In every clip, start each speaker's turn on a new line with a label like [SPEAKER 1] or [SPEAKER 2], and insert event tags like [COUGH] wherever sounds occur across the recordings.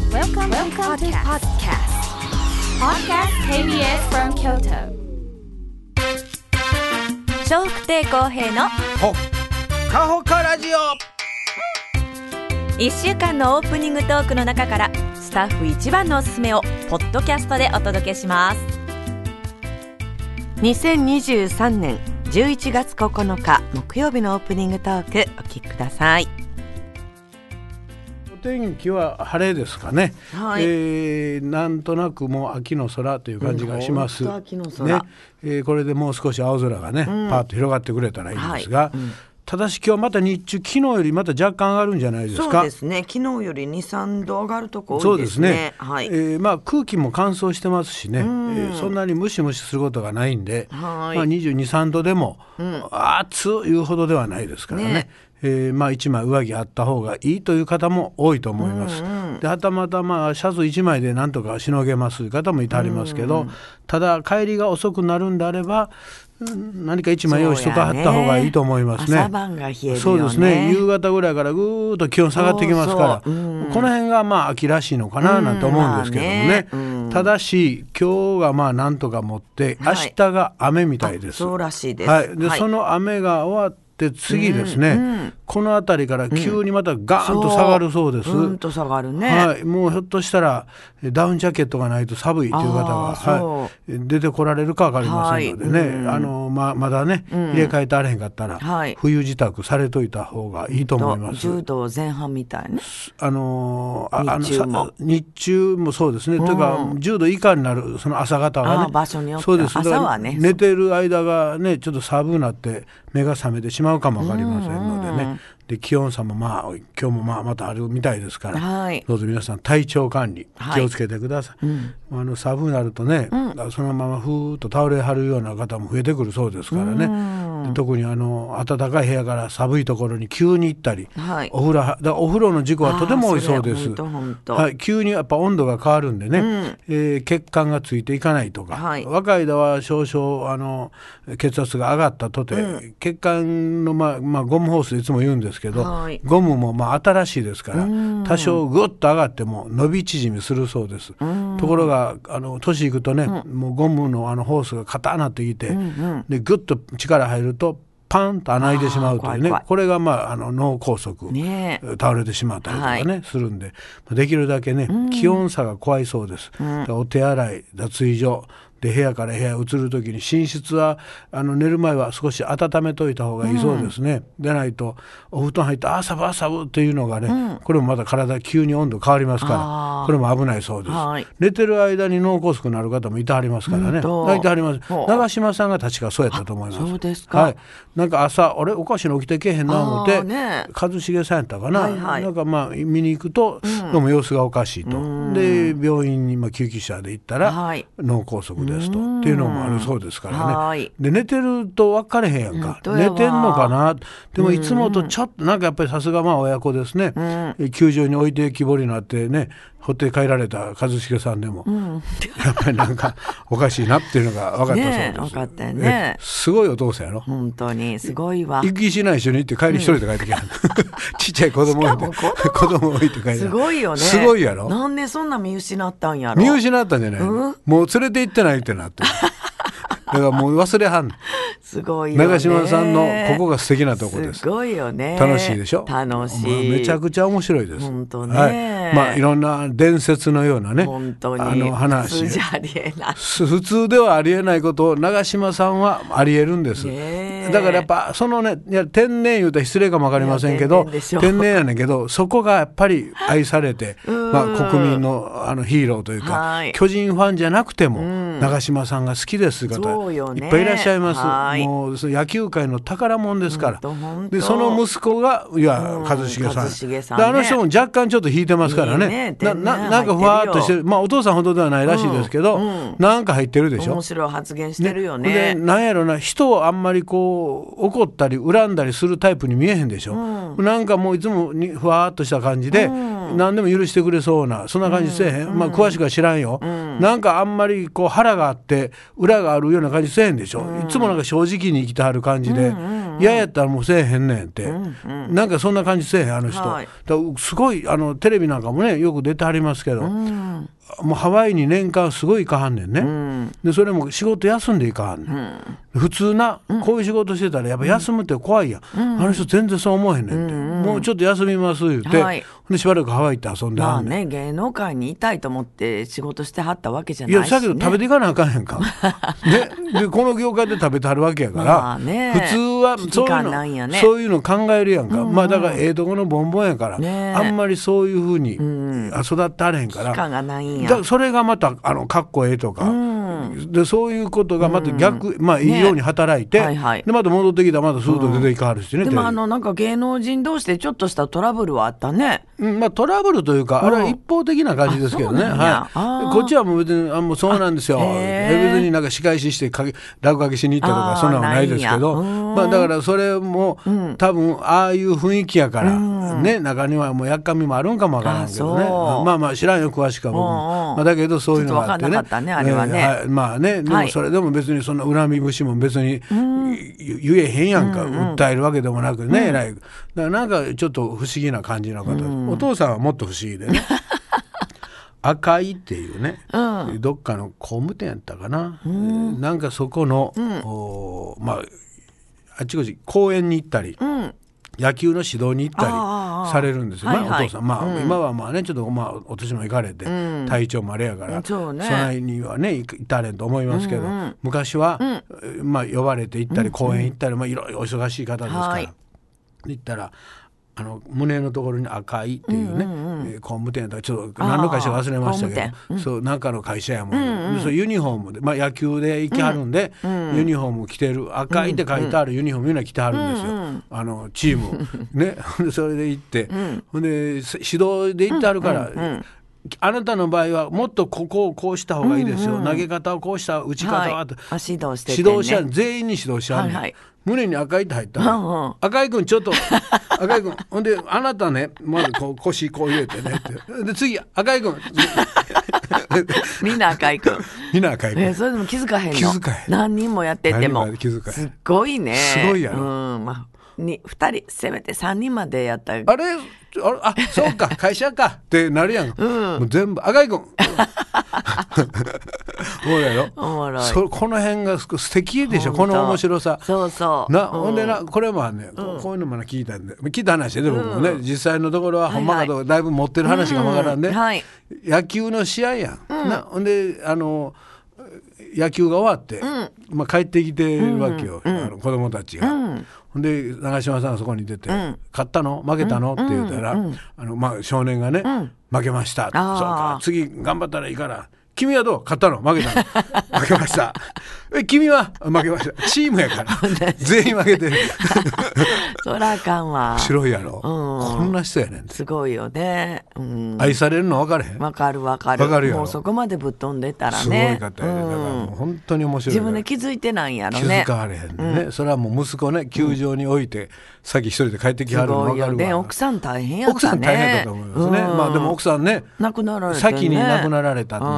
[SPEAKER 1] Welcome, to podcast.
[SPEAKER 2] Welcome to Podcast KBS from Kyoto.
[SPEAKER 1] 笑福亭公平の
[SPEAKER 3] ほっかほかラジオ
[SPEAKER 1] 1週間のオープニングトークの中からスタッフ一番のおすすめをポッドキャストでお届けします
[SPEAKER 4] 2023年11月9日木曜日のオープニングトークお聞きください
[SPEAKER 3] お天気は晴れですかね、
[SPEAKER 4] はい
[SPEAKER 3] えーなんとなくもう秋の空という感じがします、
[SPEAKER 4] うんほんと秋の空
[SPEAKER 3] ねえーこれでもう少し青空がね、パーッと広がってくれたらいいんですが、
[SPEAKER 4] はいうん
[SPEAKER 3] ただし今日また日中昨日よりまた若干上がるんじゃないです
[SPEAKER 4] そう
[SPEAKER 3] か
[SPEAKER 4] ですね昨日より23度上がるとこ
[SPEAKER 3] そ
[SPEAKER 4] 多
[SPEAKER 3] う
[SPEAKER 4] い
[SPEAKER 3] で
[SPEAKER 4] ですす
[SPEAKER 3] ね
[SPEAKER 4] ね。はい、
[SPEAKER 3] えーまあ空気も乾燥してますしね、えーそんなにムシムシすることがないんで、
[SPEAKER 4] は
[SPEAKER 3] まあ
[SPEAKER 4] い
[SPEAKER 3] 22、3度でも、暑いうほどではないですからね。
[SPEAKER 4] ね
[SPEAKER 3] えーまあ一枚上着あった方がいいという方も多いと思います。ではたまたまあシャツ一枚でなんとかしのげますという方もいたりますけど、ただ帰りが遅くなるんであれば、うん何か一枚用意しとかあった方がいいと思いますね。
[SPEAKER 4] 朝晩が冷えるよね
[SPEAKER 3] そうですね。夕方ぐらいからぐーっと気温下がってきますから、
[SPEAKER 4] そうそううん
[SPEAKER 3] この辺がまあ秋らしいのかななんて思うんですけどもね,、
[SPEAKER 4] うんまあねうん
[SPEAKER 3] ただし今日がまあなんとか持って明
[SPEAKER 4] はい
[SPEAKER 3] 日が雨みたいです、
[SPEAKER 4] そうらしいです
[SPEAKER 3] はい、で、
[SPEAKER 4] はい
[SPEAKER 3] その雨が終わって次ですね、この辺りから急にまたガーンと下がるそうです、
[SPEAKER 4] うーんと下がるね、
[SPEAKER 3] はい、もうひょっとしたらえダウンジャケットがないと寒いという方が、
[SPEAKER 4] あー
[SPEAKER 3] はい、出てこられるかわかりませんのでね、
[SPEAKER 4] はいうん
[SPEAKER 3] あのままだね、入れ替えてあれへんかったら、
[SPEAKER 4] はい
[SPEAKER 3] 冬支度されといた方がいいと思います。
[SPEAKER 4] 10度前半みたいね
[SPEAKER 3] あのーああの
[SPEAKER 4] 日中も
[SPEAKER 3] さ日中もそうですね、というか10度以下になるその朝方は
[SPEAKER 4] あ
[SPEAKER 3] ね
[SPEAKER 4] ー場所によって
[SPEAKER 3] そうです
[SPEAKER 4] 朝はね
[SPEAKER 3] だから寝てる間がねちょっと寒くなって目が覚めてしまうかもわかりませんのでね、で気温差もまあ今日もまあまたあるみたいですから、
[SPEAKER 4] はい
[SPEAKER 3] どうぞ皆さん体調管理
[SPEAKER 4] はい
[SPEAKER 3] 気をつけてください、あの寒くなるとね、そのままふーっと倒れはるような方も増えてくるそうですからね、で特にあの暖かい部屋から寒いところに急に行ったり、
[SPEAKER 4] はい
[SPEAKER 3] お風呂はだからお風呂の事故はとても多いそうで
[SPEAKER 4] あーそれ
[SPEAKER 3] す。
[SPEAKER 4] ほんとほんと
[SPEAKER 3] はい、急にやっぱ温度が変わるんでね、えー血管がついていかないとか、
[SPEAKER 4] はい
[SPEAKER 3] 若い間は少々あの血圧が上がったとて、血管の、まあまあ、ゴムホースいつも言うんですけど、
[SPEAKER 4] はい
[SPEAKER 3] ゴムもまあ新しいですから多少ぐっと上がっても伸び縮みするそうですところがあの年いくとね、もうゴムのあのホースが硬なってきて、でぐっと力入るとパンと穴開いてしまうという
[SPEAKER 4] あー怖
[SPEAKER 3] ね
[SPEAKER 4] い怖い
[SPEAKER 3] これが、まあ、あの脳梗塞、
[SPEAKER 4] ねえ
[SPEAKER 3] 倒れてしまったりとかね、するんでできるだけね、気温差が怖いそうです、だからお手洗い脱衣所で部屋から部屋へ移る時に寝室はあの寝る前は少し温めといた方がいいそうですね、でないとお布団入ってあーサブあーサブっていうのがね、これもまた体急に温度変わりますか
[SPEAKER 4] あ
[SPEAKER 3] ら
[SPEAKER 4] ー
[SPEAKER 3] これも危ないそうです、
[SPEAKER 4] はい
[SPEAKER 3] 寝てる間に脳梗塞になる方もいてはりますからね、
[SPEAKER 4] んと
[SPEAKER 3] 泣いてはります
[SPEAKER 4] ほう
[SPEAKER 3] 長嶋さんが確かそうやったと思います
[SPEAKER 4] あそうですか
[SPEAKER 3] はい、なんか朝あれおかしいの起きてけえへんな思って、
[SPEAKER 4] あーね
[SPEAKER 3] 一茂さんやったかな、
[SPEAKER 4] はいはい
[SPEAKER 3] なんかまあ見に行くと、どうも様子がおかしいとで病院にまあ救急車で行ったら、
[SPEAKER 4] はい
[SPEAKER 3] 脳梗塞ですとっていうのもあるそうですから
[SPEAKER 4] は
[SPEAKER 3] ね
[SPEAKER 4] い
[SPEAKER 3] で寝てると分かれへんやんか
[SPEAKER 4] 本当
[SPEAKER 3] 寝
[SPEAKER 4] やわ
[SPEAKER 3] てんのかなでもいつもとちょっとなんかやっぱりさすがまあ親子ですね、え球場に置いてきぼりになってねほって帰られた一茂さんでも、やっぱりなんかおかしいなっていうのが分かったそうです
[SPEAKER 4] ねえ分かったよね
[SPEAKER 3] えすごいお父さんやろ
[SPEAKER 4] 本当にすごいわ
[SPEAKER 3] 行きしない一緒に行って帰り一人で帰ってきた、 [LAUGHS] ちっちゃい子供置い
[SPEAKER 4] しかも
[SPEAKER 3] て子供置いて帰って
[SPEAKER 4] すごいよね
[SPEAKER 3] すごいやろ
[SPEAKER 4] なんでそんな見失ったんやろ
[SPEAKER 3] 見失ったんじゃないの、もう連れて行ってないってなって
[SPEAKER 4] [LAUGHS]
[SPEAKER 3] だからもう忘れはん
[SPEAKER 4] すごいよね
[SPEAKER 3] 長嶋さんのここが素敵なとこです
[SPEAKER 4] すごいよね
[SPEAKER 3] 楽しいでしょ
[SPEAKER 4] 楽しい、
[SPEAKER 3] まあめちゃくちゃ面白いです
[SPEAKER 4] ほんとね
[SPEAKER 3] はい、まあいろんな伝説のようなね
[SPEAKER 4] 本当に
[SPEAKER 3] あの話
[SPEAKER 4] 普 [LAUGHS] 通じゃありえない
[SPEAKER 3] す普通ではありえないことを長嶋さんはありえるんです、
[SPEAKER 4] ねえ
[SPEAKER 3] だからやっぱそのねいや天然言うたら失礼かもわかりませんけ
[SPEAKER 4] いや
[SPEAKER 3] ど
[SPEAKER 4] 天然でしょ
[SPEAKER 3] 天然やねんけどそこがやっぱり愛されて、まあ、国民のあのヒーローというか
[SPEAKER 4] はい
[SPEAKER 3] 巨人ファンじゃなくても長嶋さんが好きです方
[SPEAKER 4] そうよ
[SPEAKER 3] い
[SPEAKER 4] ね
[SPEAKER 3] っぱいいらっしゃいま
[SPEAKER 4] は
[SPEAKER 3] す
[SPEAKER 4] い
[SPEAKER 3] もうその野球界の宝物ですから
[SPEAKER 4] ほんとほんと
[SPEAKER 3] でその息子がいや
[SPEAKER 4] うん
[SPEAKER 3] 一茂さん
[SPEAKER 4] 一茂さん
[SPEAKER 3] で
[SPEAKER 4] ね
[SPEAKER 3] あの人も若干ちょっと引いてますからね
[SPEAKER 4] いいね
[SPEAKER 3] な
[SPEAKER 4] 天然
[SPEAKER 3] ななんかふわーっとしてるまあお父さんほどではないらしいですけど、
[SPEAKER 4] うんうん
[SPEAKER 3] なんか入ってるでしょ
[SPEAKER 4] 面白い発言してるよね
[SPEAKER 3] でなんやろな人をあんまりこう怒ったり恨んだりするタイプに見えへんでしょ、なんかもういつもにふわーっとした感じで、何でも許してくれそうなそんな感じせえへん、まあ詳しくは知らんよ、なんかあんまりこう腹があって裏があるような感じせえへんでしょ、いつもなんか正直に生きてはる感じで、嫌やったらもうせえへんねんって、なんかそんな感じせえへんあの人、
[SPEAKER 4] はい
[SPEAKER 3] だからすごいあのテレビなんかもねよく出てはりますけど、もうハワイに年間すごい行かはんねんね、でそれも仕事休んで行かはんねん、普通なこういう仕事してたらやっぱ休むって怖いやん、あの人全然そう思えへんねんって、もうちょっと休みます言って、
[SPEAKER 4] はい
[SPEAKER 3] でしばらくハワイ行って遊んで
[SPEAKER 4] ま
[SPEAKER 3] は
[SPEAKER 4] あ
[SPEAKER 3] んねん、
[SPEAKER 4] ね芸能界にいたいと思って仕事してはったわけじゃ
[SPEAKER 3] い
[SPEAKER 4] ない
[SPEAKER 3] や
[SPEAKER 4] し、
[SPEAKER 3] さ
[SPEAKER 4] ね、
[SPEAKER 3] けど食べていかなあかんやん [LAUGHS] かででこの業界で食べてはるわけやから、
[SPEAKER 4] まあね
[SPEAKER 3] 普通は
[SPEAKER 4] 危機
[SPEAKER 3] そういう
[SPEAKER 4] 感
[SPEAKER 3] の
[SPEAKER 4] なんやね
[SPEAKER 3] そういうの考えるやんか、まあだからええとこのボンボンやから、
[SPEAKER 4] ねえ
[SPEAKER 3] あんまりそういうふうにあ育ってはれへんから、
[SPEAKER 4] 期間がないんや
[SPEAKER 3] だからそれがまたあのかっこええとか、でそういうことがまた逆、まあいいように働いて、
[SPEAKER 4] ねはいはい
[SPEAKER 3] でまた戻ってきたらまたスーッと出ていかはるしね、
[SPEAKER 4] で
[SPEAKER 3] テレ
[SPEAKER 4] も
[SPEAKER 3] ビ
[SPEAKER 4] あのなんか芸能人同士でちょっとしたトラブルはあったね
[SPEAKER 3] うんまあ、トラブルというか、あれは一方的な感じですけどね、
[SPEAKER 4] あそうなんやあ
[SPEAKER 3] は
[SPEAKER 4] ー
[SPEAKER 3] い、こっちはもう別に、あもうそうなんですよ、
[SPEAKER 4] あへー
[SPEAKER 3] 別になんか仕返ししてかけ、落書きしに行ったと
[SPEAKER 4] あ
[SPEAKER 3] か、
[SPEAKER 4] ー
[SPEAKER 3] そんなのはないですけど、
[SPEAKER 4] ないんやうん
[SPEAKER 3] まあ、だからそれも、多分ああいう雰囲気やから、ね、中にはもうやっかみもあるんかもわからんけどね、
[SPEAKER 4] あそう
[SPEAKER 3] まあまあ、知らんよ、詳しくは僕
[SPEAKER 4] うんう
[SPEAKER 3] も
[SPEAKER 4] ん。
[SPEAKER 3] まあ、だけど、そういうのがあってね、
[SPEAKER 4] ちょっとわかんなかったねあれはね
[SPEAKER 3] えーいまあね、で
[SPEAKER 4] は
[SPEAKER 3] も
[SPEAKER 4] い
[SPEAKER 3] それでも別に、そんな恨み節も別にゆ言えへんやんか、訴えるわけでもなくね、偉い。だからなんかちょっと不思議な感じの方です、お父さんはもっと不思
[SPEAKER 4] [LAUGHS]
[SPEAKER 3] 議でね。赤いっていうね、どっかの工務店やったかな、なんかそこの、おーまああっちこっち公園に行ったり、野球の指導に行った
[SPEAKER 4] あ
[SPEAKER 3] りされるんですよね、
[SPEAKER 4] はいはい
[SPEAKER 3] お父さんまあ、今はまあねちょっとまあお年も行かれて、体調もあれやから
[SPEAKER 4] そうね
[SPEAKER 3] ないにはね行かれんと思いますけど、昔は、まあ呼ばれて行ったり公園行ったり、まあいろいろお忙しい方ですから。
[SPEAKER 4] はい
[SPEAKER 3] 行ったらあの胸のところに赤いっていうね、えー工務店とかちょっと何の会社か忘れましたけ
[SPEAKER 4] あー工務
[SPEAKER 3] ど、そうなんかの会社やもん,、そうユニフォームで、まあ、野球で行きはるんで、ユニフォーム着てる赤いって書いてあるユニフォームいうのは着てはるんですよ、あのチーム [LAUGHS] ねほんでそれで行って、ほんで指導で行ってあるから。あなたの場合はもっとここをこうした方がいいですよ、投げ方をこうした打ち方は、
[SPEAKER 4] はいあ指導しててね
[SPEAKER 3] 指導者全員に指導しはんねん
[SPEAKER 4] はいはい
[SPEAKER 3] 胸に赤いって入った
[SPEAKER 4] うんうん
[SPEAKER 3] の赤井君ちょ
[SPEAKER 4] [LAUGHS]
[SPEAKER 3] っと赤井君ほんであなたねまずこう腰こう入れてねってで次赤井君
[SPEAKER 4] [LAUGHS]
[SPEAKER 3] [LAUGHS]
[SPEAKER 4] みんな赤井くん
[SPEAKER 3] みんな赤井
[SPEAKER 4] え
[SPEAKER 3] 君
[SPEAKER 4] それでも気づかへんの
[SPEAKER 3] 気づかへん
[SPEAKER 4] 何人もやってても
[SPEAKER 3] 何人も気づかへん
[SPEAKER 4] すっごいね
[SPEAKER 3] すごいやろ
[SPEAKER 4] うんまあに二人せめて三人までやったら
[SPEAKER 3] あれあれあそ
[SPEAKER 4] [LAUGHS]
[SPEAKER 3] うか会社かってなるやん、もう全部赤井君 [LAUGHS] そうだよ
[SPEAKER 4] おもろい
[SPEAKER 3] そこの辺がす素敵でしょ
[SPEAKER 4] ほ
[SPEAKER 3] こ
[SPEAKER 4] んと
[SPEAKER 3] の面白さ
[SPEAKER 4] そうそうう
[SPEAKER 3] な、
[SPEAKER 4] ん
[SPEAKER 3] ほんでなこれもあんね、ここういうのもな聞いたんで聞いた話やで僕もね、実際のところはほんまか
[SPEAKER 4] は
[SPEAKER 3] とだいぶ持ってる話がわからんで、
[SPEAKER 4] うんはい
[SPEAKER 3] 野球の試合やん、なほんであの野球が終わって、まあ、帰ってきてるわけよ、あの子供たちが。ほんで長嶋さんがそこに出て「勝ったの負けたの?」って言うたら、あのまあ、少年がね、負けました」そうか次頑張ったらいいから」君はどう勝ったの負けた
[SPEAKER 4] [LAUGHS]
[SPEAKER 3] の負けました。え、君は負けました。チーム
[SPEAKER 4] [LAUGHS]
[SPEAKER 3] やから。全員負けてる。 [LAUGHS]
[SPEAKER 4] そらあかんわ
[SPEAKER 3] 白いやろ。
[SPEAKER 4] うん
[SPEAKER 3] こんな人やねん。
[SPEAKER 4] すごいよねうん
[SPEAKER 3] 愛されるの分かれへん。
[SPEAKER 4] わかるわかる
[SPEAKER 3] わかるやろ
[SPEAKER 4] もうそこまでぶっ飛んでたらね
[SPEAKER 3] すごい方やで、だから
[SPEAKER 4] うん
[SPEAKER 3] もう本当に面白い
[SPEAKER 4] 自
[SPEAKER 3] から
[SPEAKER 4] 分で気づいてないんやろ
[SPEAKER 3] 気
[SPEAKER 4] ね
[SPEAKER 3] づかわれへんね、それはもう息子ね球場に置いて、さっき一人で帰ってきは
[SPEAKER 4] す
[SPEAKER 3] るの
[SPEAKER 4] ご
[SPEAKER 3] 分
[SPEAKER 4] い
[SPEAKER 3] か
[SPEAKER 4] よ
[SPEAKER 3] る
[SPEAKER 4] ね
[SPEAKER 3] わ
[SPEAKER 4] 奥さん大変やったね
[SPEAKER 3] 奥さん大変だと思いますね、
[SPEAKER 4] うん
[SPEAKER 3] まあでも奥さんね
[SPEAKER 4] 亡くなられてね
[SPEAKER 3] 先に亡くなられたんです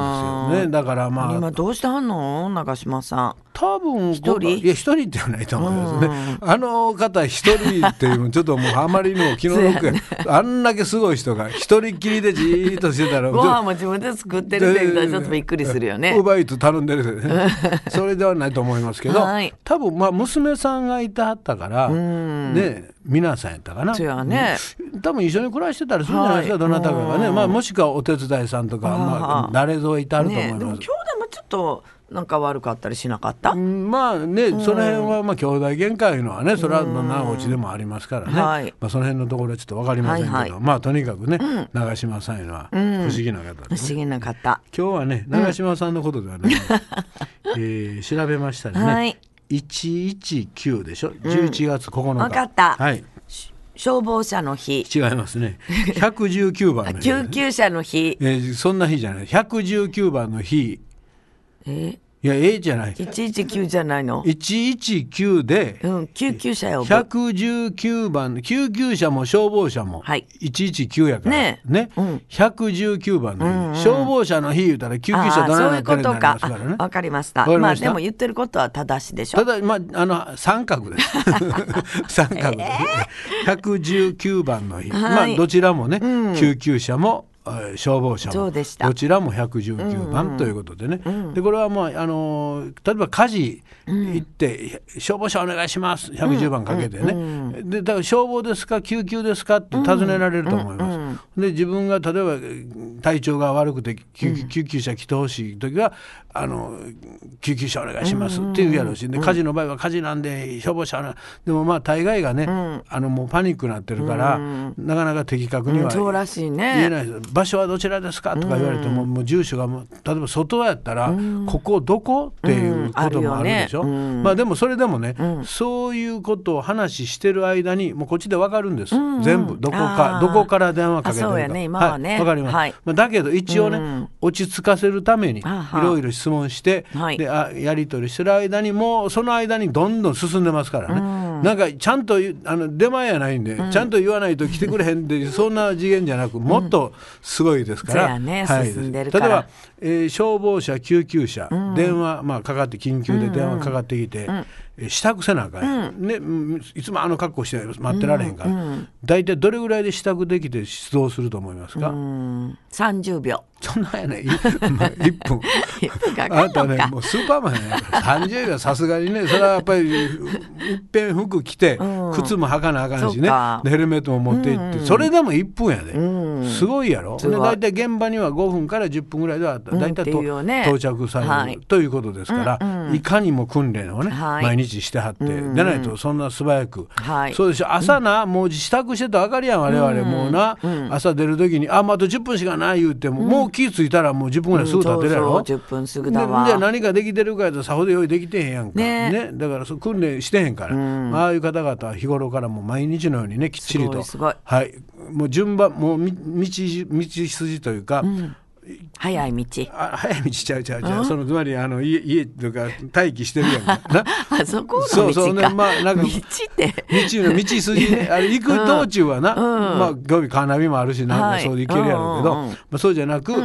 [SPEAKER 3] よねだからま
[SPEAKER 4] 今
[SPEAKER 3] あ
[SPEAKER 4] どうしてはんの中島さ
[SPEAKER 3] 多分
[SPEAKER 4] 一人
[SPEAKER 3] いや一人ではないと思いますね、あの方一人っていうのちょっともうあまりにも気の
[SPEAKER 4] [LAUGHS]
[SPEAKER 3] 毒やあんだけすごい人が一人っきりでじーっとしてたら
[SPEAKER 4] んご飯も自分で作ってるって言ったらちょっとびっくりするよね
[SPEAKER 3] ウーバーイーツ頼んでるけどねそれではないと思いますけど、
[SPEAKER 4] はい
[SPEAKER 3] 多分まあ娘さんがいてはったから、ね皆さんやったかな
[SPEAKER 4] そうやね
[SPEAKER 3] うん多分一緒に暮らしてたりするんじゃないですか、
[SPEAKER 4] はい
[SPEAKER 3] どなたかがね、
[SPEAKER 4] うん
[SPEAKER 3] まあ、もしくはお手伝いさんとか、まあ、誰ぞいてあると思い
[SPEAKER 4] ねでも
[SPEAKER 3] ま
[SPEAKER 4] 兄
[SPEAKER 3] す。
[SPEAKER 4] 弟もちょっとなんか悪かったりしなかった、
[SPEAKER 3] うんまあね、その辺はまあ兄弟喧嘩いうのはねそれはまあなおうちでもありますからね、
[SPEAKER 4] はい
[SPEAKER 3] まあ、その辺のところはちょっと分かりませんけど、
[SPEAKER 4] はいはい
[SPEAKER 3] まあとにかくね、長嶋さんいうのは不思議な方です、ね
[SPEAKER 4] 不思議な方
[SPEAKER 3] 今日はね長嶋さんのことで
[SPEAKER 4] [LAUGHS]
[SPEAKER 3] はない、えー調べましたらね、
[SPEAKER 4] はい
[SPEAKER 3] 119でしょ11月9日、
[SPEAKER 4] わかった
[SPEAKER 3] はい
[SPEAKER 4] 消防車の日
[SPEAKER 3] 違いま
[SPEAKER 4] [LAUGHS]
[SPEAKER 3] すね119番の日、
[SPEAKER 4] 救急車の日
[SPEAKER 3] えーそんな日じゃない119番の日
[SPEAKER 4] え
[SPEAKER 3] いや A じゃない
[SPEAKER 4] 119じゃないの。
[SPEAKER 3] 119で
[SPEAKER 4] うん、救急車呼ぶ。
[SPEAKER 3] 119番救急車も消防車も
[SPEAKER 4] はい
[SPEAKER 3] 119やから
[SPEAKER 4] ねえ
[SPEAKER 3] ね
[SPEAKER 4] うん
[SPEAKER 3] 119番の日消防車の日言うたら救急車
[SPEAKER 4] ああ
[SPEAKER 3] ど
[SPEAKER 4] そう
[SPEAKER 3] ないいう
[SPEAKER 4] こ
[SPEAKER 3] たらって
[SPEAKER 4] と
[SPEAKER 3] なりま
[SPEAKER 4] か
[SPEAKER 3] すからね。
[SPEAKER 4] あわかりました。
[SPEAKER 3] わかり
[SPEAKER 4] まあ
[SPEAKER 3] ました
[SPEAKER 4] でも言ってることは正しいでしょ
[SPEAKER 3] た。だまああの三角
[SPEAKER 4] [LAUGHS]
[SPEAKER 3] です三角です、119番の日、まあ
[SPEAKER 4] はい
[SPEAKER 3] どちらもね、救急車もえー消防車も
[SPEAKER 4] そうでした
[SPEAKER 3] どちらも119番ということでね、でこれはもうあのー例えば火事行って、消防車お願いします110番かけてね、でだから消防ですか救急ですかって尋ねられると思います、で自分が例えばえー体調が悪くて救急救急車来てほしい時は、あの救急車お願いしますっていうやろうし、で火事の場合は火事なんで消防車お願いでもまあ大概がね、あのもうパニックになってるから、なかなか的確には
[SPEAKER 4] そうらしい
[SPEAKER 3] 言
[SPEAKER 4] ね。
[SPEAKER 3] えないです場所はどちらですかとか言われても,、もう住所がもう例えば外やったら、ここどこっていうこともあるでしょ、
[SPEAKER 4] うんある
[SPEAKER 3] まあでもそれでもね、そういうことを話ししてる間にもうこっちで分かるんです、全部どこ
[SPEAKER 4] あー
[SPEAKER 3] かどこから電話かけてるか
[SPEAKER 4] あそうやね今はね
[SPEAKER 3] い、分かります、
[SPEAKER 4] はい
[SPEAKER 3] まあ、だけど一応ね、落ち着かせるためにい
[SPEAKER 4] あは
[SPEAKER 3] ろいろ質問して、
[SPEAKER 4] はい
[SPEAKER 3] であやり取りしてる間にもうその間にどんどん進んでますからね、なんかちゃんと言うあの出前やないんで、ちゃんと言わないと来てくれへんでそんな次元じゃなくもっとすごいですから、
[SPEAKER 4] そうやね
[SPEAKER 3] はい
[SPEAKER 4] 進んでるから
[SPEAKER 3] 例えば、えー消防車救急車、電話、まあ、かかって緊急で電話かかってきて、えー支度せなあかんやん、ねうんいつもあの格好して待ってられへんから、大体どれぐらいで支度できて出動すると思いますか、
[SPEAKER 4] 三十秒。
[SPEAKER 3] そんなんやねい [LAUGHS] まあ1分。
[SPEAKER 4] よくか
[SPEAKER 3] あ
[SPEAKER 4] か
[SPEAKER 3] なた
[SPEAKER 4] るの
[SPEAKER 3] ね
[SPEAKER 4] か。
[SPEAKER 3] もうスーパーマンやから30秒さすがにねそれはやっぱりいっぺん服着て、靴も履かなあかんし
[SPEAKER 4] そう
[SPEAKER 3] ね
[SPEAKER 4] か
[SPEAKER 3] でヘルメットも持って行って、それでも1分やで、すごいやろ
[SPEAKER 4] すごい
[SPEAKER 3] で大体現場には5分から10分ぐらいでは大体
[SPEAKER 4] ってい
[SPEAKER 3] と、
[SPEAKER 4] うよね
[SPEAKER 3] 到着される、
[SPEAKER 4] はい
[SPEAKER 3] ということですから、いかにも訓練をね、
[SPEAKER 4] はい
[SPEAKER 3] 毎日してはって、でないとそんな素早く、
[SPEAKER 4] はい
[SPEAKER 3] そうでしょ朝な、もう支度してたら分かるやん我々、もうな、朝出る時にあもうあと10分しかない言うても、もう気付いたらもう10分ぐらいすぐ経ってるや
[SPEAKER 4] [LAUGHS]
[SPEAKER 3] ろ、
[SPEAKER 4] うんそうそう10分すぐだ
[SPEAKER 3] でじゃあ
[SPEAKER 4] わ。
[SPEAKER 3] 何かできてるかやとさほど用意できてへんやんか、
[SPEAKER 4] ね
[SPEAKER 3] ねだからそう訓練してへんから、ああいう方々は日頃からもう毎日のようにねきっちりと
[SPEAKER 4] すごいす
[SPEAKER 3] はい、もう順番もうみ道道筋というか、
[SPEAKER 4] 早い道。
[SPEAKER 3] あ早い道ちゃうちゃうちゃう、そのつまりあの家家とか待機してるやんかな
[SPEAKER 4] あ [LAUGHS] そこの道か。
[SPEAKER 3] そうそうねまあなんか
[SPEAKER 4] 道って。
[SPEAKER 3] 道の道筋ね、あれ行く道中はな、まあ、ゴミカーナビもあるし、なん
[SPEAKER 4] は
[SPEAKER 3] か
[SPEAKER 4] い
[SPEAKER 3] そうで行けるやろうけ
[SPEAKER 4] う
[SPEAKER 3] ど、
[SPEAKER 4] んうんうん
[SPEAKER 3] まあ、そうじゃなく、え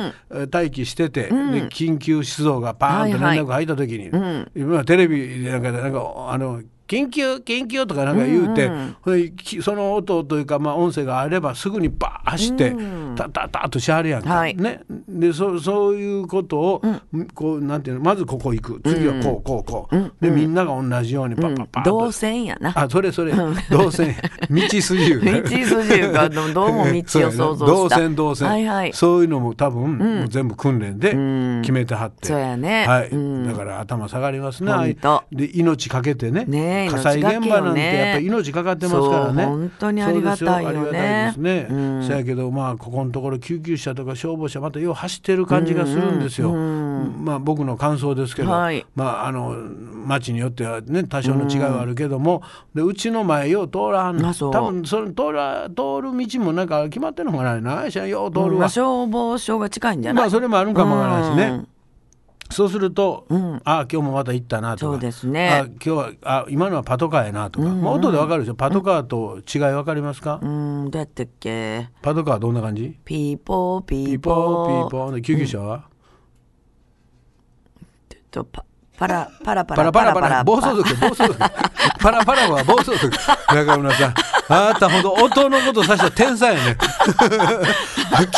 [SPEAKER 3] ー待機してて、で緊急出動がパーンと
[SPEAKER 4] はいはい
[SPEAKER 3] 連絡入った時に、今テレビでなんか、なんか、あの、緊急緊急とかなんか言うて、ほいできその音というか、まあ、音声があればすぐにバーッ走って、タッタッタッとしはるやんか、
[SPEAKER 4] はい
[SPEAKER 3] ね、でそそういうことを、こうなんていうのまずここ行く次はこうこうこう、でみんなが同じようにパッパッパッと、
[SPEAKER 4] 動線やな。
[SPEAKER 3] あ、それそれ、動線、道筋いうね
[SPEAKER 4] 道筋いうかどどうも道を想像した
[SPEAKER 3] [LAUGHS] そうやな動線、動線、
[SPEAKER 4] はいはい
[SPEAKER 3] そういうのも多分、もう全部訓練で決めてはって。
[SPEAKER 4] そうやね
[SPEAKER 3] はい、
[SPEAKER 4] うん
[SPEAKER 3] だから頭下がります
[SPEAKER 4] ほん
[SPEAKER 3] ね。
[SPEAKER 4] と
[SPEAKER 3] で、命かけてね
[SPEAKER 4] ねえ
[SPEAKER 3] 火災現場なんて、やっぱり命かかってますからね。
[SPEAKER 4] そう本当にありがたいよね
[SPEAKER 3] そうですありがたいですね。そやけど、まあ、ここのところ救急車とか消防車、またよう走ってる感じがするんですよ。まあ、僕の感想ですけど、
[SPEAKER 4] はい
[SPEAKER 3] まあ、あの町によってはね多少の違いはあるけども、うでうちの前よう通らん、
[SPEAKER 4] まあそ
[SPEAKER 3] 多
[SPEAKER 4] う
[SPEAKER 3] 分その通ら通る道もなんか決まってるのかないな知らんよう通
[SPEAKER 4] ま
[SPEAKER 3] る
[SPEAKER 4] あ
[SPEAKER 3] わ、
[SPEAKER 4] 消防署が近いんじゃ
[SPEAKER 3] ま
[SPEAKER 4] な
[SPEAKER 3] あ
[SPEAKER 4] い。
[SPEAKER 3] それもあるんかもわからないしね、
[SPEAKER 4] うん
[SPEAKER 3] そうすると、ああ今日もまた行ったなとか
[SPEAKER 4] そうですね
[SPEAKER 3] あ今日はあ今のはパトカーやなとか、まあ、音でわかるでしょパトカーと違いわかりますか、
[SPEAKER 4] うん、どうやったっけ。
[SPEAKER 3] パトカーはどんな感じ
[SPEAKER 4] ピーポーピ
[SPEAKER 3] ピ
[SPEAKER 4] ー
[SPEAKER 3] ーポー
[SPEAKER 4] ポー。
[SPEAKER 3] ピーポーで救急車は、
[SPEAKER 4] とパパラパラパ
[SPEAKER 3] パ
[SPEAKER 4] ラ
[SPEAKER 3] ラパラパラ暴走族暴走
[SPEAKER 4] [LAUGHS]
[SPEAKER 3] 族パラパラは暴走族中村さんあなたほど音のことさした天
[SPEAKER 4] [LAUGHS]
[SPEAKER 3] 才やね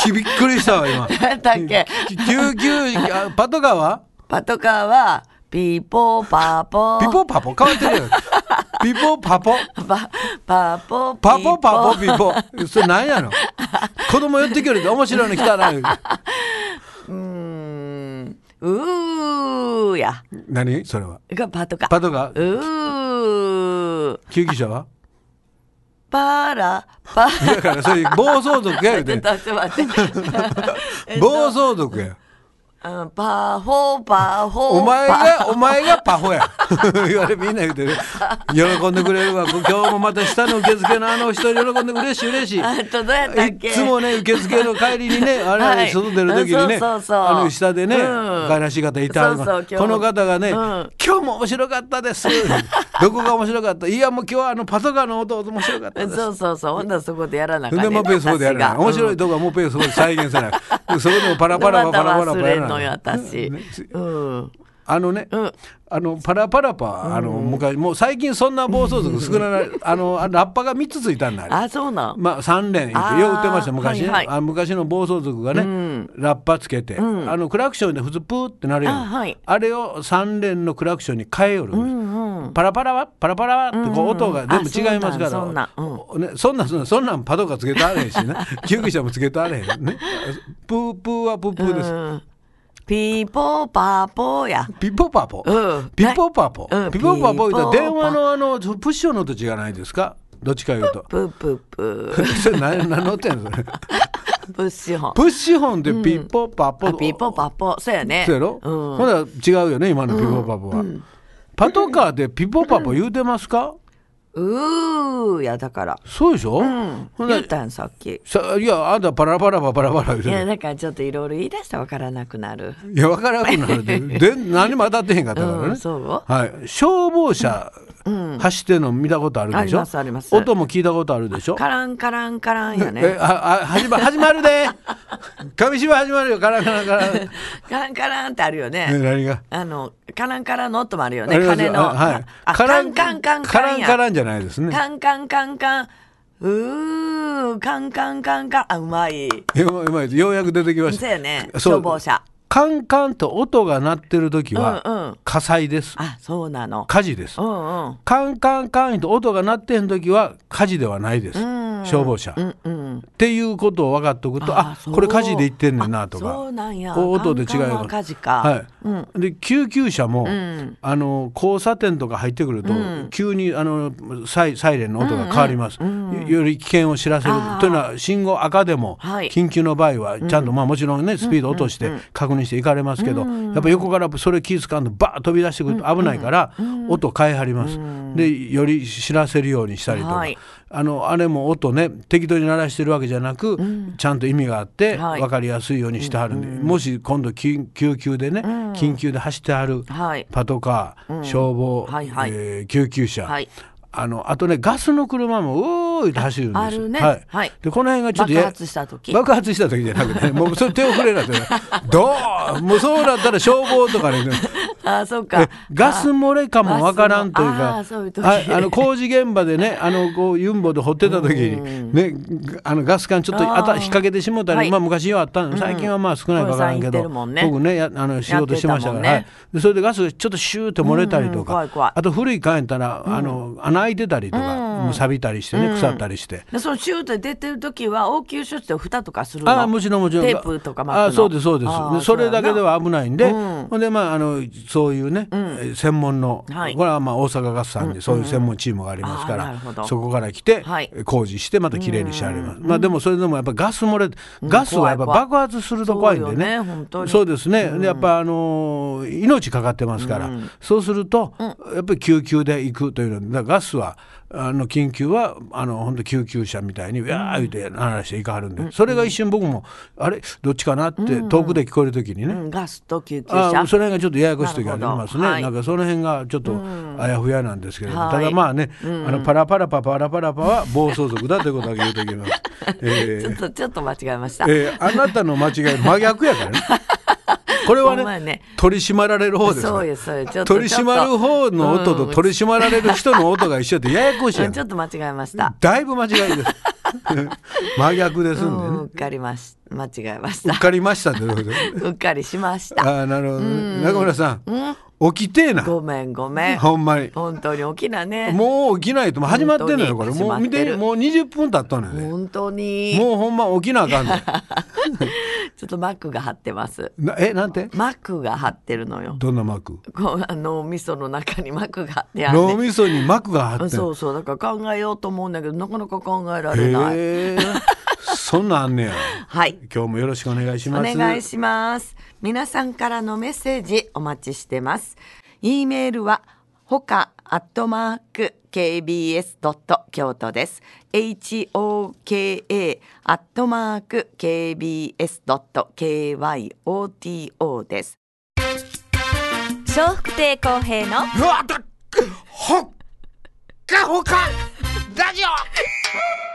[SPEAKER 3] きびっくりしたわ今
[SPEAKER 4] なんだっけ
[SPEAKER 3] き救急あパトカーは
[SPEAKER 4] パトカーはピーポーパーポー
[SPEAKER 3] ピポパポ変わってるよピポパポ
[SPEAKER 4] パパーポー
[SPEAKER 3] パポパポ
[SPEAKER 4] ピー
[SPEAKER 3] ピポそれ何やの子供寄ってくるて面白いの来たな
[SPEAKER 4] ポーうーや
[SPEAKER 3] 何それは
[SPEAKER 4] がパトカー
[SPEAKER 3] パトカ
[SPEAKER 4] う
[SPEAKER 3] ー
[SPEAKER 4] ー
[SPEAKER 3] 救急車は
[SPEAKER 4] パラパ [LAUGHS]
[SPEAKER 3] だからそういう暴走族や言うて
[SPEAKER 4] ちょっと待って
[SPEAKER 3] 暴走族や
[SPEAKER 4] うんパホーパホー
[SPEAKER 3] お前
[SPEAKER 4] パ
[SPEAKER 3] が、お前がパホや。 [LAUGHS] 言われ、みんな言うてる。喜んでくれるわ。今日もまた下の受付のあの人喜んで嬉しい嬉しい。
[SPEAKER 4] あとどうやったっけ
[SPEAKER 3] いっつもね、受付の帰りに
[SPEAKER 4] [LAUGHS]
[SPEAKER 3] ね、あれ、
[SPEAKER 4] はい
[SPEAKER 3] 外出る時にね、
[SPEAKER 4] うんそうそうそう
[SPEAKER 3] あの下でね、
[SPEAKER 4] うん
[SPEAKER 3] 外来し方いてはるの
[SPEAKER 4] そうそう今日
[SPEAKER 3] この方がね、
[SPEAKER 4] うん
[SPEAKER 3] 今日も面白かっ
[SPEAKER 4] [LAUGHS]
[SPEAKER 3] たです。どこが面白かったいや、もう今日はあのパトカーの音面白かったです。
[SPEAKER 4] そうそうそうほんならそこでやらなあか
[SPEAKER 3] ほん
[SPEAKER 4] ん
[SPEAKER 3] で
[SPEAKER 4] ね
[SPEAKER 3] もうペースでやるな
[SPEAKER 4] 私が
[SPEAKER 3] 面白いとこはもうペースで再現せない。でそれでもパラパ
[SPEAKER 4] パ
[SPEAKER 3] ラ
[SPEAKER 4] ラ
[SPEAKER 3] パ
[SPEAKER 4] パ
[SPEAKER 3] パラ
[SPEAKER 4] ラ
[SPEAKER 3] パラ
[SPEAKER 4] 忘
[SPEAKER 3] パ
[SPEAKER 4] れん
[SPEAKER 3] ラ
[SPEAKER 4] のよ
[SPEAKER 3] やらな
[SPEAKER 4] 私
[SPEAKER 3] ね
[SPEAKER 4] うん
[SPEAKER 3] あのね、
[SPEAKER 4] ん
[SPEAKER 3] あのパラパラパ、あの昔もう最近そんな暴走族少なない、あのあのラッパが3つついたんだあれ
[SPEAKER 4] あそうなん
[SPEAKER 3] まあ3連言っ
[SPEAKER 4] あー
[SPEAKER 3] てよう売ってました昔ね、
[SPEAKER 4] はいはい
[SPEAKER 3] あ昔の暴走族がね、ラッパつけて、あのクラクションで普通プーってなるやん
[SPEAKER 4] あはい
[SPEAKER 3] あれを3連のクラクションに変えよるんです、パラパラはパラパラはってこう音が全部違いますから、
[SPEAKER 4] あそんなんそん
[SPEAKER 3] ね、そんなんそんなんそんなんパトカーつけてあれへんしね
[SPEAKER 4] [LAUGHS]
[SPEAKER 3] 救急車もつけてあれへんねプープーはプープーです、
[SPEAKER 4] うんピーポーパーポーや
[SPEAKER 3] ピポパポ、
[SPEAKER 4] うん
[SPEAKER 3] ピポパポ、
[SPEAKER 4] うん
[SPEAKER 3] ピポパポ言う
[SPEAKER 4] ピ
[SPEAKER 3] たら
[SPEAKER 4] ポ
[SPEAKER 3] 電
[SPEAKER 4] パ
[SPEAKER 3] 話のあのプッシュの音違いないですかどっちか言うと [LAUGHS]
[SPEAKER 4] プープープ
[SPEAKER 3] それ何何の音やねんそれ
[SPEAKER 4] ープッシュホン
[SPEAKER 3] プッシュホンってピポパポ、
[SPEAKER 4] あピーポーパーポーそうやね
[SPEAKER 3] そうやろ、
[SPEAKER 4] うん
[SPEAKER 3] ほんなら違うよね今のピポパポは、パトカーでピポパポ言うてますか、
[SPEAKER 4] うーやだから
[SPEAKER 3] そうでしょ、うほんな
[SPEAKER 4] 言
[SPEAKER 3] ら
[SPEAKER 4] うたんさっき
[SPEAKER 3] さいやあんたパラパラパパラパラ言う
[SPEAKER 4] い
[SPEAKER 3] て
[SPEAKER 4] や
[SPEAKER 3] る
[SPEAKER 4] だからちょっといろいろ言い出したらわからなくなる
[SPEAKER 3] いや分からなくな
[SPEAKER 4] [LAUGHS]
[SPEAKER 3] るでで何も当たってへんかったからね、
[SPEAKER 4] うんそう
[SPEAKER 3] はい、消防車走ってんの見たことあるでしょ、
[SPEAKER 4] ありますあります
[SPEAKER 3] 音も聞いたことあるでしょ
[SPEAKER 4] カランカランカランや
[SPEAKER 3] え
[SPEAKER 4] ね
[SPEAKER 3] ああ始ま始まるで紙芝居始まるよカラカラ
[SPEAKER 4] [LAUGHS]
[SPEAKER 3] カラ、ね、
[SPEAKER 4] カランカランってあるよね
[SPEAKER 3] 何が
[SPEAKER 4] あのカランカランの音もあるよ
[SPEAKER 3] あ
[SPEAKER 4] ね
[SPEAKER 3] ります
[SPEAKER 4] 鐘の
[SPEAKER 3] あはい
[SPEAKER 4] あ
[SPEAKER 3] カラ
[SPEAKER 4] カ
[SPEAKER 3] ン
[SPEAKER 4] ンカンカン
[SPEAKER 3] カ
[SPEAKER 4] カ
[SPEAKER 3] ラ
[SPEAKER 4] ン
[SPEAKER 3] ン
[SPEAKER 4] や
[SPEAKER 3] カランじゃないですね
[SPEAKER 4] カンカンカンカンうーカンカンカンカンあうまいう
[SPEAKER 3] まいうまいようやく出てきまし
[SPEAKER 4] そう
[SPEAKER 3] た
[SPEAKER 4] やね
[SPEAKER 3] そう
[SPEAKER 4] 消防車
[SPEAKER 3] カンカンと音が鳴ってる時は、
[SPEAKER 4] うんうん
[SPEAKER 3] 火災です
[SPEAKER 4] あそうなの
[SPEAKER 3] 火事です、
[SPEAKER 4] うんうん
[SPEAKER 3] カンカンカンと音が鳴ってへん時は火事ではないです、消防車、
[SPEAKER 4] うんうん
[SPEAKER 3] っていうことを分かっておくとあ
[SPEAKER 4] そう
[SPEAKER 3] これ火事で言ってんねんなと
[SPEAKER 4] あ
[SPEAKER 3] か
[SPEAKER 4] そうなんや
[SPEAKER 3] こう音で違い
[SPEAKER 4] カンカンは
[SPEAKER 3] が
[SPEAKER 4] 火事か
[SPEAKER 3] はいで救急車も、あの交差点とか入ってくると、急にあのサイサイレンの音が変わります、よより危険を知らせる
[SPEAKER 4] あー
[SPEAKER 3] というのは信号赤でも、
[SPEAKER 4] はい
[SPEAKER 3] 緊急の場合はちゃんと、まあ、もちろんねスピード落として確認していかれますけど、やっぱ横からそれ気づかんとバーッ飛び出してくると危ないから、音変えはります、でより知らせるようにしたりとか、
[SPEAKER 4] はい
[SPEAKER 3] あのあれも音ね適当に鳴らしてるわけじゃなく、ちゃんと意味があって、
[SPEAKER 4] はい
[SPEAKER 3] 分かりやすいようにしてはるんで、もし今度緊救急でね、緊急で走ってはる
[SPEAKER 4] はい
[SPEAKER 3] パトカー、消防、
[SPEAKER 4] はいはい
[SPEAKER 3] えー救急車、
[SPEAKER 4] はい
[SPEAKER 3] あのあとねガスの車もうーって走るんです
[SPEAKER 4] あるね
[SPEAKER 3] はい
[SPEAKER 4] はい
[SPEAKER 3] でこの辺がちょっとや
[SPEAKER 4] 爆発した時
[SPEAKER 3] 爆発した時じゃなくて、ね、もうそれ手遅れなんですよねどうもうそうなったら消防とかね
[SPEAKER 4] あそうか
[SPEAKER 3] ガス漏れかもわからんという
[SPEAKER 4] あ
[SPEAKER 3] か
[SPEAKER 4] ーそういう時
[SPEAKER 3] ああの工事現場
[SPEAKER 4] [LAUGHS]
[SPEAKER 3] でねあのこうユンボで掘ってた時に、ね、あのガス管ちょっとあた
[SPEAKER 4] あー
[SPEAKER 3] 引っ掛けてしもたり、
[SPEAKER 4] はい
[SPEAKER 3] まあ、昔はあったん最近はまあ少ないかわからんけ
[SPEAKER 4] 小野さん行って
[SPEAKER 3] ど、
[SPEAKER 4] るもんね
[SPEAKER 3] 僕ねやあの仕事してましたから
[SPEAKER 4] やってたもんね
[SPEAKER 3] はいでそれでガスがちょっとシューって漏れたりとか、
[SPEAKER 4] うんうん怖い怖い
[SPEAKER 3] あと古い缶やったら、あの穴開いてたりとか、もう錆びたりしてね腐ったりして。
[SPEAKER 4] でそのシュート出てる時は応急処置で蓋とかするの
[SPEAKER 3] ああもちろんもちろん
[SPEAKER 4] テープとか巻くの
[SPEAKER 3] ああそうですそうです
[SPEAKER 4] ああ
[SPEAKER 3] でそれだけで
[SPEAKER 4] そうや
[SPEAKER 3] は危ないんで、ほんでまああのそういうね、えー専門の、
[SPEAKER 4] はい
[SPEAKER 3] これはまあ大阪ガスさんにそういう専門チームがあります
[SPEAKER 4] あ
[SPEAKER 3] か
[SPEAKER 4] あな
[SPEAKER 3] ら
[SPEAKER 4] るほ、ど
[SPEAKER 3] そこから来て、
[SPEAKER 4] はい
[SPEAKER 3] 工事してまたきれいにしてあります、まあでもそれでもやっぱガス漏れガスはやっぱ
[SPEAKER 4] 怖い怖い
[SPEAKER 3] 爆発すると怖いんで
[SPEAKER 4] そう
[SPEAKER 3] ね
[SPEAKER 4] よね本当に
[SPEAKER 3] そうですね、でやっぱあのー命かかってますから、そうすると、やっぱり救急で行くというのでだからガスはあの緊急はあの本当救急車みたいにうわー言うて鳴らしていかはるんで、それが一瞬僕もあれどっちかなって遠くで聞こえる時にね、
[SPEAKER 4] なうんガスと救急
[SPEAKER 3] あ
[SPEAKER 4] 車
[SPEAKER 3] それがちょっとややこしい時がありますね
[SPEAKER 4] な
[SPEAKER 3] な,、
[SPEAKER 4] るほどはい
[SPEAKER 3] んかその辺がちょっとあやふやなんですけれども、
[SPEAKER 4] はい
[SPEAKER 3] ただまあね、あのパラパラパパラパラパは暴走族だということだけ言うと
[SPEAKER 4] [LAUGHS]
[SPEAKER 3] きます、えー
[SPEAKER 4] ちょっとちょっと間違えました、
[SPEAKER 3] えーあなたの間違い真逆
[SPEAKER 4] [LAUGHS]
[SPEAKER 3] やからねこれは
[SPEAKER 4] ほんまや
[SPEAKER 3] ね
[SPEAKER 4] ね
[SPEAKER 3] 取り締まられる方ですから
[SPEAKER 4] そうですそうですちょっと
[SPEAKER 3] 取り締まる方の音と取り締まられる人の音が一緒ってややこしいや
[SPEAKER 4] うん
[SPEAKER 3] ん
[SPEAKER 4] ちょっと間違えました
[SPEAKER 3] だいぶ間違いです [LAUGHS] 真逆です
[SPEAKER 4] うん
[SPEAKER 3] でね
[SPEAKER 4] ん、うっかりまし間違えまし
[SPEAKER 3] う
[SPEAKER 4] た
[SPEAKER 3] っかりましたってことで
[SPEAKER 4] うっかりしました
[SPEAKER 3] ああなるほどね中村さん起きてえな
[SPEAKER 4] ごめんごめん
[SPEAKER 3] ほんまに
[SPEAKER 4] 本当に大きなね
[SPEAKER 3] もう起きないともう始まってんのよこれ
[SPEAKER 4] 本当に
[SPEAKER 3] もう
[SPEAKER 4] 始ま
[SPEAKER 3] 見
[SPEAKER 4] って
[SPEAKER 3] て
[SPEAKER 4] る
[SPEAKER 3] もう20分経ったのよね
[SPEAKER 4] 本当に
[SPEAKER 3] もうほんま起きなあかんね
[SPEAKER 4] ちょっとマックが張ってます
[SPEAKER 3] なえなんて
[SPEAKER 4] マックが張ってるのよ
[SPEAKER 3] どんな膜
[SPEAKER 4] こうあの味噌の中にマックが張ってある、ねん、
[SPEAKER 3] 脳みそに膜が張ってんの
[SPEAKER 4] そうそうだから考えようと思うんだけどなかなか考えられない、
[SPEAKER 3] へえそんなんあんねや。
[SPEAKER 4] はい
[SPEAKER 3] 今日もよろしくお願いし
[SPEAKER 4] お
[SPEAKER 3] ます。
[SPEAKER 4] 願いします。皆さんからのメッセージお待ちしてます。e メールはほかアットマーク kbs ドット京都です。h o k a アットマーク kbs ドット k y o t o です。
[SPEAKER 1] 笑福亭公平の
[SPEAKER 5] うわだほっかほかラジオ